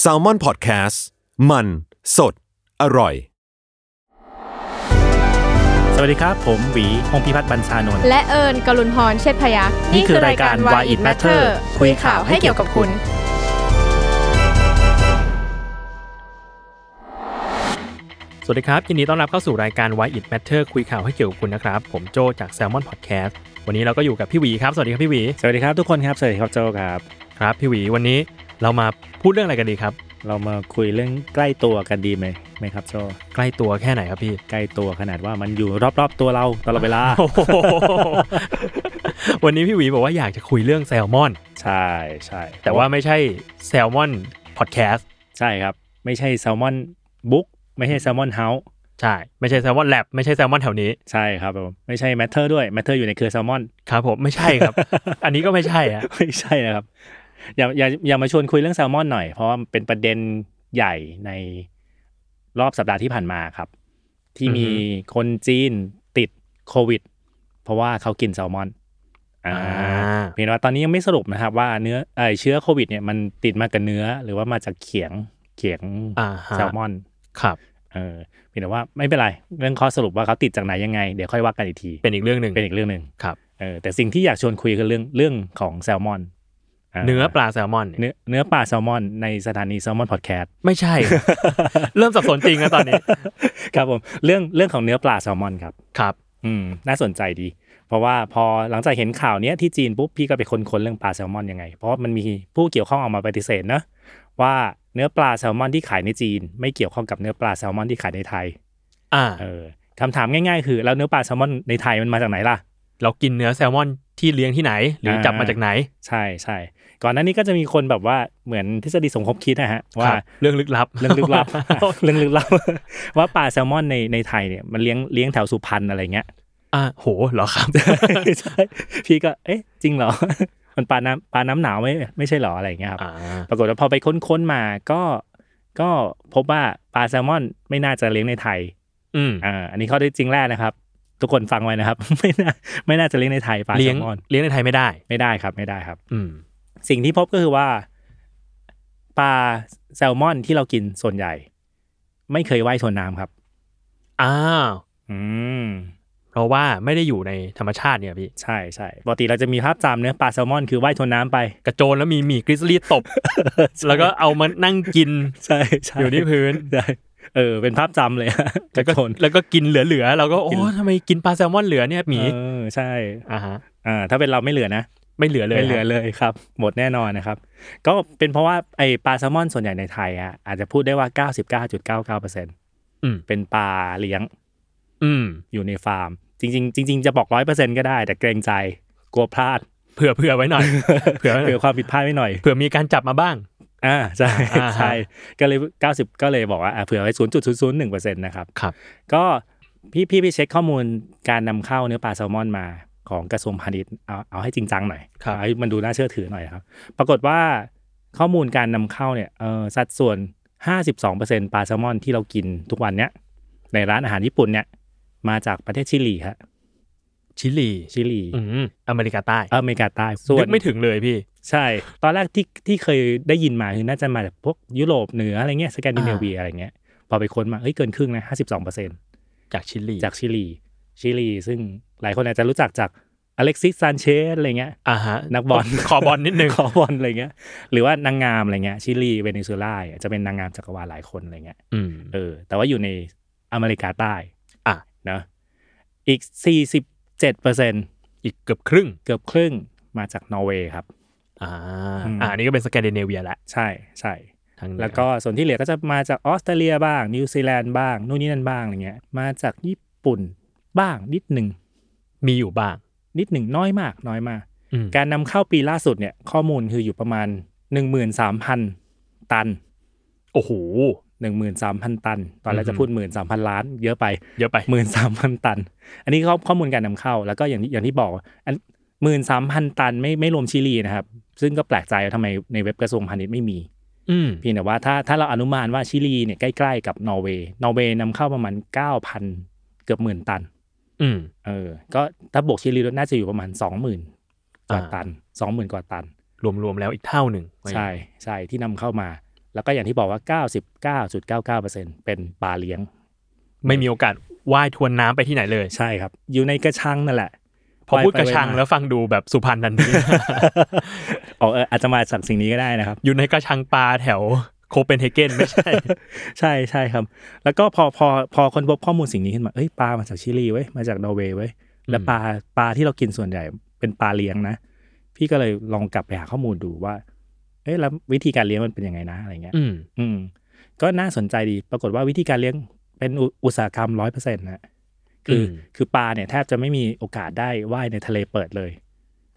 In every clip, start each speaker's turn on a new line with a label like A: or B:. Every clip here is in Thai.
A: แซลมอนพอดแคสต์มันสดอร่อย
B: สวัสดีครับ ผมหวีพงษ์พิพัฒน์บรรชานนท์
C: และเอิญกลุนพรเชษพยัก
B: นี่คือรายการ Why It Matter คุยข่าวให้เกี่ยวกับคุณ สวัสดีครับ ยินดีต้อนรับเข้าสู่รายการ Why It Matter คุยข่าวให้เกี่ยวกับคุณนะครับ ผมโจจาก Salmon Podcast วันนี้เราก็อยู่กับพี่หวีครับ สวัสดีครับพี่หวี
D: สวัสดีครับทุกคนครับสวัสดีครับโจครับ
B: ครับ พี่หวีวันนี้เรามาพูดเรื่องอะไรกันดีครับ
D: เรามาคุยเรื่องใกล้ตัวกันดีไหมไหมครับโจ
B: ใกล้ตัวแค่ไหนครับพี่
D: ใกล้ตัวขนาดว่ามันอยู่รอบๆตัวเราตลอดเวลา
B: โอ้โหวันนี้พี่หวีบอกว่าอยากจะคุยเรื่องแซลมอน
D: ใช่ใช่
B: แต่ว่าไม่ใช่แซลมอนพอดแคสต์
D: ใช่ครับ ไม่ใช่แซลมอนบุ๊กไม่ใช่แซลมอนเฮาส์
B: ใช่ไม่ใช่แซลมอนแลบไม่ใช่แซลมอนแถวนี้
D: ใช่ครับผมไม่ใช่แมทเทอร์ด้วยแมทเทอร์อยู่ในเครือแซลมอน
B: ครับผมไม่ใช่ ครับ อันนี้ก็ไม่ใช่อะ
D: ไม่ใช่นะครับ อย่าอย่าอย่ามาชวนคุยเรื่องแซลมอนหน่อย เพราะว่ามันเป็นประเด็นใหญ่ในรอบสัปดาห์ที่ผ่านมาครับ ที่มีคนจีนติดโควิด เพราะว่าเขากินแซลมอน อ่า เพียงแต่ว่าตอนนี้ยังไม่สรุปนะครับว่าเนื้อเอ่อเชื้อโควิดเนี่ยมันติดมากับเนื้อ หรือว่ามาจากเขียงเขียง
B: อ่าฮะ
D: แซลมอน
B: ครับ
D: เออเพียงแต่ว่าไม่เป็นไร เรื่องข้อสรุปว่าเขาติดจากไหนยังไง เดี๋ยวค่อยว่ากันอีกที
B: เป็นอีกเรื่องหนึ่ง
D: เป็นอีกเรื่องหนึ่ง
B: ครับ
D: เออแต่สิ่งที่อยากชวนคุยคือเรื่องเรื่องของแซลมอน
B: เนื้อปลาแซลมอนเนี่ย
D: เนื้อเนื้อปลาแซลมอนในสถานีแซลมอนพอดแคสต์
B: ไม่ใช่ เริ่มสับสนจริงแล้วตอนนี้
D: ครับผมเรื่องเรื่องของเนื้อปลาแซลมอนครับ
B: ครับ
D: อืมน่าสนใจดี เพราะว่าพอหลังจากเห็นข่าวเนี้ยที่จีนปุ๊บพี่ก็ไปค้นๆเรื่องปลาแซลมอนยังไง เพราะว่ามันมีผู้เกี่ยวข้องออกมาปฏิเสธนะว่าเนื้อปลาแซลมอนที่ขายในจีน ไม่เกี่ยวข้องกับเนื้อปลาแซลมอนที่ขายในไทย
B: อ่า
D: เออคำถามง่ายๆ คือแล้วเนื้อปลาแซลมอนในไทยมันมาจากไหนล่ะ
B: เรากินเนื้อแซลมอนที่เลี้ยงที่ไหน หรือจับมาจากไหน
D: ใช่ใช่ก่อนหน้านี้ก็จะมีคนแบบว่าเหมือนทฤษฎีสมคบคิดนะฮะ
B: ค
D: ว่า
B: รับเรื่องลึกลับ
D: เรื่องลึกลับ เรื่องลึกลับ ว่าปลาแซลมอนในในไทยเนี่ยมันเลี้ยงเลี้ยงแถวสุพรรณอะไรเงี้ย
B: อ่าโหเหรอครับ
D: ใช่พี่ก็เอ๊ะจริงเหรอ มันปลาน้ำปลาน้ำหนาวไม่ไม่ใช่เหรออะไรอย่างเงี้ยครับ
B: อ่า
D: ปรากฏว่าพอไปค้นๆมาก็ก็พบว่าปลาแซลมอนไม่น่าจะเลี้ยงในไทย
B: อืม
D: อ่าอันนี้ข้อได้จริงแรกนะครับ ทุกคนฟังไว้นะครับ ไม่น่าไม่น่าจะเลี้ยงในไทยปลาแซ
B: เลี้ยง
D: ลมอน
B: เลี้ยงในไทยไม่ได้
D: ไม่ได้ครับไม่ได้ครับ
B: อืม
D: สิ่งที่พบก็คือว่าปลาแซลมอนที่เรากินส่วนใหญ่ ไม่เคยว่ายทวนน้ำครับ
B: อ้าว
D: อืม
B: เพราะว่าไม่ได้อยู่ในธรรมชาติเนี่ยพี่
D: ใช่ใช่ปกติเราจะมีภาพจำเนื้อปลาแซลมอนคือว่ายทวนน้ำไป
B: กระโจนแล้วมีหมีกริซลี่ ตบ แล้วก็เอามานั่งกิน
D: ใช่ใช่
B: อยู่ที่พื้น
D: ใช่เออ เป็นภาพจำเลยอะก
B: แล้ว
D: ระ
B: ก็
D: โจน
B: แล้วก็กินเหลือๆเราก็โอ้
D: กิน
B: ทำไมกินปลาแซลมอนเหลือเนี่ยหมี
D: เออใช่
B: อ่าฮะ
D: อ่าถ้าเป็นเราไม่เหลือนะ
B: ไม่เหลือเลย
D: ไม่เหลือเลยครับ หมดแน่นอนนะครับ ก็เป็นเพราะว่าไอปลาแซลมอนส่วนใหญ่ในไทยอ่ะอาจจะพูดได้ว่า 99.99%
B: อืม
D: เป็นปลาเลี้ยง
B: อืม
D: อยู่ในฟาร์ม จริง ๆ จริง ๆ จะบอกร้อยเปอร์เซ็นก็ได้ แต่เกรงใจกลัวพลาด
B: เผื่อเผื่อไว้หน่อย เผื่อไว้หน่
D: เผื่
B: อ
D: อย ความผิดพลาดไว้หน่อย
B: เผื่อมีการจับมาบ้าง
D: อ่าใช่
B: อ่าฮะ
D: ใช่ก็เลยเก้าสิบก็เลยบอกว่าอ่าเผื่อไว้ศูนย์จุดศูนย์ศูนย์หนึ่งเปอร์เซ็นต์นะครับ
B: ครับ
D: ก็พี่พี่ไปเช็คข้อมูลการนำเข้าเนื้อปลาแซลมอนมาของกระทรวงพาณิชย์เอาเอาให้จริงจังหน่อย
B: ครับ
D: เอาให้มันดูน่าเชื่อถือหน่อยนะครับ ปรากฏว่าข้อมูลการนำเข้าเนี่ยเออสัดส่วนห้าสิบสองเปอร์เซ็นต์ปลาแซลมอนที่เรากินทุกวันเนี้ยในร้านอาหารญี่ปุ่นเนี่ยมาจากประเทศชิลีฮะ
B: ชิลี
D: ชิลี
B: อืมอเมริกาใต้
D: เอ่ออเมริกาใต้ส่ว
B: นึ
D: น
B: กไม่ถึงเลยพี่
D: ใช่ ตอนแรกที่ที่เคยได้ยินมาคือน่าจะมาจากพวกยุโรปเหนืออะไรเงี้ยสแกนดิเนเวียอะไรเงี้ย พอไปค้นมาเอ้ยเกินครึ่งนะห้าสิบสองเปอร์เซ็น
B: จากชิลี
D: จากชิลี ชิลี ซึ่งหลายคนอาจจะรู้จักจากอเล็กซิสซานเชสอะไรเงี้ย
B: อ่าฮะ
D: นักบอล
B: ขอบอลนิดนึง
D: ขอบอลอะไรเงี้ย หรือว่านางงามอะไรเงี้ย ชิลี เวเนซุเอลาอาจจะเป็นนางงามจักรวาลหลายคนอะไรเงี้ย
B: อืม
D: เออ แต่ว่าอยู่ในอเมริกาใต้
B: อ่ะ
D: เนอะอีกสี่สิบเจ็ดเปอร์เซ็น
B: อีกเกือบครึ่ง
D: เกือบครึ่งมาจากนอร์เวย์ครับ
B: อ่า
D: อืม
B: อ่าอันนี้ก็เป็นสแกนดิเนเวียแหละ
D: ใช่ใช่
B: ทางเหนือ
D: แล้วก็ส่วนที่เหลือก็จะมาจากออสเตรเลียบ้าง นิวซีแลนด์บ้าง นู่นนี่นั่นบ้างอะไรเงี้ย มาจากญี่ปุ่นบ้างนิดหนึ่ง
B: มีอยู่บ้าง
D: นิดหนึ่งน้อยมากน้อยมาก
B: อืม
D: การนำเข้าปีล่าสุดเนี่ยข้อมูลคืออยู่ประมาณ 13,000 ตัน
B: โอ้โห
D: 13,000 ตัน ตอนแรกจะพูด 13,000 ล้าน เยอะไป
B: เยอะไป
D: 13,000 ตัน อันนี้ข้อข้อมูลการนำเข้าแล้วก็อย่างที่อย่างที่บอกว่าอันหมื่นสามพันตันไม่ไม่รวมชิลีนะครับ ซึ่งก็แปลกใจว่าทำไมในเว็บกระทรวงพาณิชย์ไม่มี
B: อืม
D: เพียงแต่ว่าถ้าถ้าเราอนุมานว่าชิลีเนี่ยใกล้ๆกับนอร์เวย์นอร์เวย์นำเข้าประมาณ 9,000 เกือบหมื่นตัน
B: อืม
D: เออก็ถ้าบวกชิลีด้วยน่าจะอยู่ประมาณ 20,000 กว่า
B: อ่า
D: ตัน 20,000 กว่าตัน
B: รวมๆแล้วอีกเท่าหนึ่ง
D: ใช่ใช่ที่นำเข้ามา แล้วก็อย่างที่บอกว่า 99.99%เป็นปลาเลี้ยง
B: ไม่มีโอกาสว่ายทวนน้ำไปที่ไหนเลย
D: ใช่ครับ อยู่ในกระชัง นั่นแหละ
B: พอพูดกระชัง
D: ไปไปมา
B: แล้วฟังดูแบบสุพรรณนันที
D: อ๋อเอออาจจะมาจากสิ่งนี้ก็ได้นะครับ
B: อยู่ในกระชังปลาแถวโคเปนเฮเกนไม่ใช่
D: ใช่ ใช่ครับ แล้วก็พอพอพอคนพบข้อมูลสิ่งนี้ขึ้นมาเอ้ยปลามาจากชิลีเว้ยมาจากนอร์เวย์เว้ยและ
B: อืม
D: ปลาปลาที่เรากินส่วนใหญ่เป็นปลาเลี้ยงนะ พี่ก็เลยลองกลับไปหาข้อมูลดูว่า เอ้ยแล้ววิธีการเลี้ยงมันเป็นยังไงนะอะไรเงี้ย
B: อืม
D: อืมก็น่าสนใจดีปรากฏว่าวิธีการเลี้ยงเป็นอุอุตสาหกรรมร้อยเปอร์เซ็นต์นะคืออคือปลาเนี่ยแทบจะไม่มีโอกาสได้ว่ายในทะเลเปิดเลย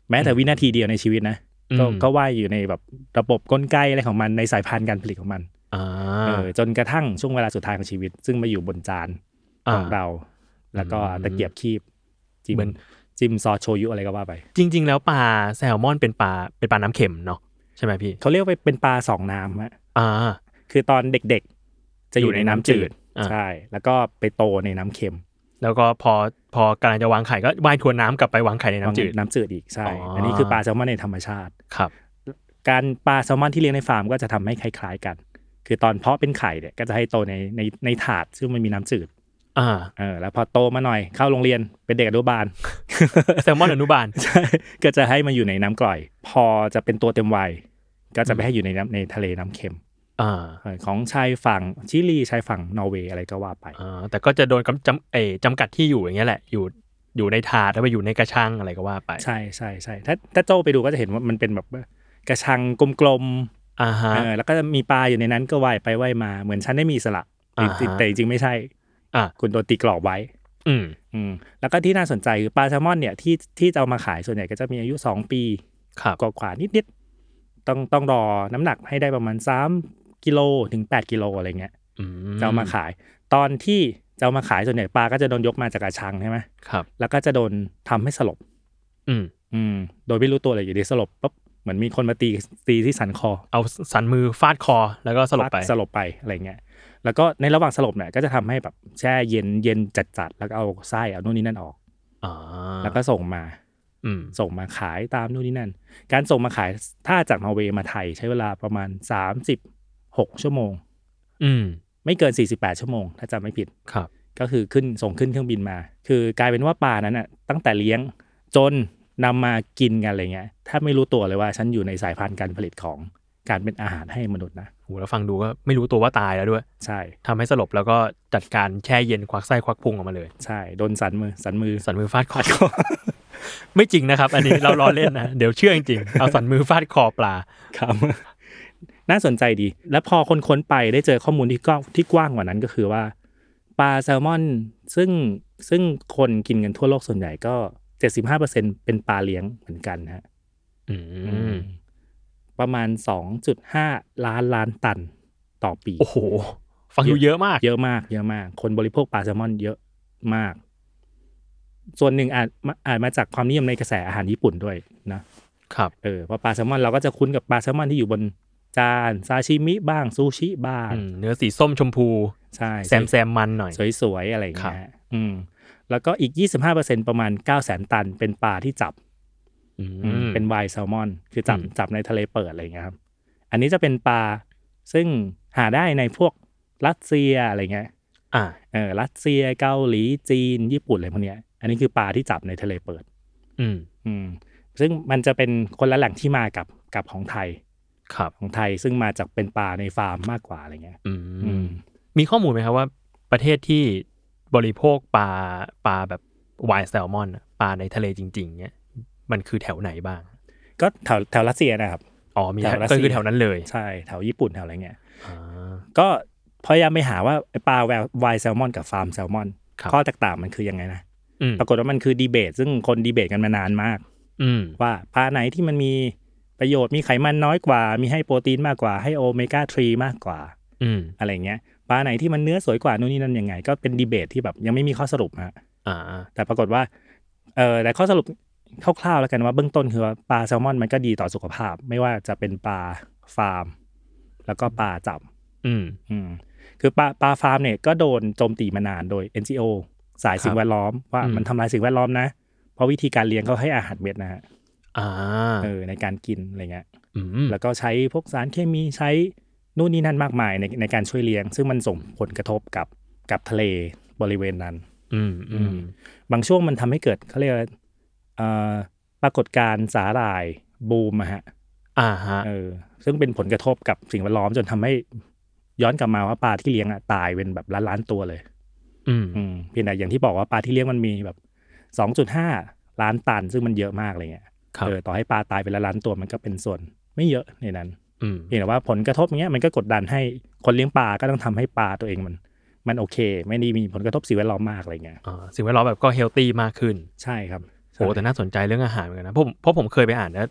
D: แม้แต่วินาทีเดียวในชีวิตนะก็
B: อืม
D: ก็ว่ายอยู่ในแบบระบบกลไกอะไรของมันในสายพันธุ์การผลิตของมัน
B: อ่า
D: เออจนกระทั่งช่วงเวลาสุดท้ายของชีวิต ซึ่งมาอยู่บนจานของ
B: า
D: เรา แล้วก็
B: อืม
D: ตะเกียบคีบจิ้ม
B: เหมือน
D: จิ้มซอสโชยุอะไรก็ว่าไป
B: จริง ๆ แล้วปลาแซลมอนเป็นปลาเป็นปลาน้ำเค็มเนาะใช่ไหมพี่
D: เขาเรียกว่าเป็นปลาสองน้ำฮะ
B: อ่า
D: คือตอนเด็กๆ จะอยู่ในน้ำจืด
B: อ่า
D: ใช่ แล้วก็ไปโตในน้ำเค็ม
B: แล้วก็พอพอกำลังจะวางไข่ก็ว่ายทวนน้ำกลับไปวางไข่ในน้ำจืด
D: น้ำจืดอีกใช่
B: อ๋ออั
D: อันนี้คือปลาแซลมอนในธรรมชาติ
B: ครับ
D: การปลาแซลมอนที่เลี้ยงในฟาร์มก็จะทำให้คล้ายๆกัน คือตอนเพาะเป็นไข่เนี่ยก็จะให้โตในในในถาดซึ่งมันมีน้ำจืด
B: อ่า
D: เออแล้วพอโตมาหน่อยเข้าโรงเรียนเป็นเด็กอนุบาล
B: แซลมอนอนุบาล
D: ใช่ ก็จะให้มาอยู่ในน้ำกร่อย พอจะเป็นตัวเต็มวัยก็จะไป
B: อืม
D: ให้อยู่ในน้ำในทะเลน้ำเค็ม
B: อ่า
D: เออของชายฝั่งชิลีชายฝั่งนอร์เวย์อะไรก็ว่าไป
B: อ่าแต่ก็จะโดนกำจำเออจำกัดที่อยู่อย่างเงี้ยแหละ อยู่อยู่ในถาดแล้วไปอยู่ในกระชังอะไรก็ว่าไป
D: ใช่ใช่ใช่ถ้าถ้าโจไปดูก็จะเห็นว่ามันเป็นแบบว่ากระชังกลม
B: อ่า
D: ๆ
B: ฮะ
D: เออแล้วก็มีปลาอยู่ในนั้นก็ว่ายไปว่ายมาเหมือนฉันได้มีอิสละ
B: อ่าฮะ
D: จริงๆแต่จริงๆไม่ใช่
B: อ่ะ
D: คุณโดนตีกรอบไว้
B: อืม
D: อืมแล้วก็ที่น่าสนใจคือปลาแซลมอนเนี่ยที่ที่จะเอามาขายส่วนใหญ่ก็จะมีอายุ 2 ปี
B: ครับ
D: กว่าๆนิดๆต้องต้องรอน้ำหนักให้ได้ประมาณ 3กิโลถึง 8กิโลอะไรเงี้ย
B: อื
D: จะเอามาขาย ตอนที่จะเอามาขายส่วนใหญ่ปลาก็จะโดนยกมาจากกระชังใช่ไหม
B: ครับ
D: แล้วก็จะโดนทำให้สลบ
B: อืม
D: อืมโดยไม่รู้ตัวเลยอยู่ดีสลบปุ๊บเหมือนมีคนมาตีตีที่สันคอ
B: เอาสันมือฟาดคอแล้วก็สลบไป
D: สลบไปอะไรเงี้ยแล้วก็ในระหว่างสลบเนี่ยก็จะทำให้แบบแช่เย็นเย็นจัดๆแล้วก็เอาไส้เอานู่นนี่นั่นออก
B: อ่า
D: แล้วก็ส่งมา
B: อืม
D: ส่งมาขายตามนู่นนี่นั่น การส่งมาขายถ้าจากนอร์เวย์มาไทยใช้เวลาประมาณ 36 ชั่วโมง
B: อืม
D: ไม่เกิน 48 ชั่วโมง ถ้าจำไม่ผิด
B: ครับ
D: ก็คือขึ้นส่งขึ้นเครื่องบินมา คือกลายเป็นว่าปลานั้นอ่ะตั้งแต่เลี้ยงจนนำมากินกันอะไรเงี้ยถ้าไม่รู้ตัวเลยว่าฉันอยู่ในสายพันธุ์การผลิตของการเป็นอาหารให้มนุษย์นะ
B: โหแล้วฟังดูก็ไม่รู้ตัวว่าตายแล้วด้วย
D: ใช่
B: ทำให้สลบแล้วก็จัดการแช่เย็นควักไส้ควักพุงออกมาเลย
D: ใช่โดนสันมือสันมือ
B: สันมือฟาดค อ ไม่จริงนะครับ อันนี้เราล้อเล่นนะ เดี๋ยวเชื่อจริงๆเอาสันมือฟาดคอปลา
D: ครับ น่าสนใจดี แล้วพอคนค้นไปได้เจอข้อมูลที่กว้างที่กว้างกว่านั้นก็คือว่าปลาแซลมอนซึ่งซึ่งคนกินกันทั่วโลกส่วนใหญ่ก็ 75%เป็นปลาเลี้ยงเหมือนกันฮะ
B: อืม
D: ประมาณ 2.5 ล้านล้านตันต่อปี
B: โอ้โห ฟังดูเยอะมาก
D: เยอะมาก เยอะมาก คนบริโภคปลาแซลมอนเยอะมาก ส่วนหนึ่งอาจมาอาจมาจากความนิยมในกระแสอาหารญี่ปุ่นด้วยนะครับ เออเพราะปลาแซลมอนเราก็จะคุ้นกับปลาแซลมอนที่อยู่บนจานซาชิมิบ้างซูชิบ้าง
B: อืมเนื้อสีส้มชมพู
D: ใช่
B: แซมแซมมันหน่อย
D: สวยๆ อะไรอย่าง
B: ครั
D: เงี้
B: บ
D: ยอืมแล้วก็อีก 25%ประมาณ 9 0 0 0 0ตัน เป็นปลาที่จับ
B: อืม
D: อืมเป็นไวน์แซลมอน คือจับ
B: อืม
D: จับในทะเลเปิดอะไรอย่างเงี้ยครับ อันนี้จะเป็นปลาซึ่งหาได้ในพวกรัสเซียอะไรเงี้ย
B: อ่ะ
D: เออรัสเซียเกาหลีจีน ญี่ปุ่นอะไรพวกเนี้ย อันนี้คือปลาที่จับในทะเลเปิด
B: อืม
D: อืม ซึ่งมันจะเป็นคนละแหล่งที่มากับกับของไทย
B: ครับ
D: ของไทยซึ่งมาจากเป็นปลาในฟาร์มมากกว่าอะไรเงี้ย
B: อื
D: อื
B: ม
D: ม
B: มีข้อมูลไหมครับว่า ประเทศที่บริโภคปลาปลาแบบวายแซลมอนอะปลาในทะเลจริง ๆ เนี่ย มันคือแถวไหนบ้าง
D: ก็แถวแถวรัสเซียนะครับ
B: อ๋อมีแถว
D: แถวรัสเซี
B: ก็
D: ย
B: คือแถวนั้นเลย
D: ใช่แถวญี่ปุ่นแถวอะไรเงี้ย
B: อ่า
D: ก็พยายามไปหาว่าไอ้ปลาแววไวน์แซลมอนกับฟาร์มแซลมอน
B: ครับ
D: ข้อแตกต่างมันคือยังไงนะ
B: อืม
D: ปรากฏว่ามันคือดีเบต ซึ่งคนดีเบตกันมานานมาก
B: อืม
D: ว่าปลาไหนที่มันมีประโยชน์มีไขมันน้อยกว่า มีให้โปรตีนมากกว่าให้โอเมก้า3มากกว่า
B: อืม
D: อะไรเงี้ยปลาไหนที่มันเนื้อสวยกว่านู่นนี่นั่นยังไง ก็เป็นดีเบตที่แบบยังไม่มีข้อสรุปฮะ
B: อ่า
D: แต่ปรากฏว่าเออแต่ข้อสรุปคร่าวๆแล้วกันว่าเบื้องต้นคือว่าปลาแซลมอนมันก็ดีต่อสุขภาพ ไม่ว่าจะเป็นปลาฟาร์ม แล้วก็ปลาจับ
B: อืม
D: อืมคือปลาปลาฟาร์มเนี่ยก็โดนโจมตีมานานโดย NGO สายสิ่งแวดล้อมว่า
B: อืม
D: มันทำลายสิ่งแวดล้อมนะ เพราะวิธีการเลี้ยงเขาให้อาหารเม็ดนะฮะ
B: อ่า
D: เออในการกินอะไรเงี้ย
B: อืม
D: แล้วก็ใช้พวกสารเคมีใช้นู่นนี่นั่นมากมายในในการช่วยเลี้ยง ซึ่งมันส่งผลกระทบกับกับทะเลบริเวณนั้น
B: อืมอืม
D: บางช่วงมันทำให้เกิดเขาเรียกว่าเอ่อปรากฏการณ์สาหร่ายบูมอะฮะ
B: อ่าฮะ
D: เออซึ่งเป็นผลกระทบกับสิ่งแวดล้อมจนทำให้ย้อนกลับมาว่าปลาที่เลี้ยงอะตายเป็นแบบล้านล้านๆตัวเลย
B: อืม
D: อืมเพียงแต่อย่างที่บอกว่าปลาที่เลี้ยงมันมีแบบ 2.5 ล้านตัน ซึ่งมันเยอะมากอะไรเงี้ย
B: ครับ
D: เออต่อให้ปลาตายไปละล้านตัวมันก็เป็นส่วนไม่เยอะในนั้น
B: อืม
D: เพียงแต่ว่าผลกระทบอย่างเงี้ยมันก็กดดันให้คนเลี้ยงปลาก็ต้องทำให้ปลาตัวเองมัน มันโอเค ไม่ได้มีผลกระทบสิ่งแวดล้อมมากอะไรเงี้ย
B: อ่าสิ่งแวดล้อมแบบก็เฮลตี้มากขึ้น
D: ใช่ครับ
B: โอ้แต่น่าสนใจเรื่องอาหารเหมือนกันนะผมเพราะผมเคยไปอ่านนะ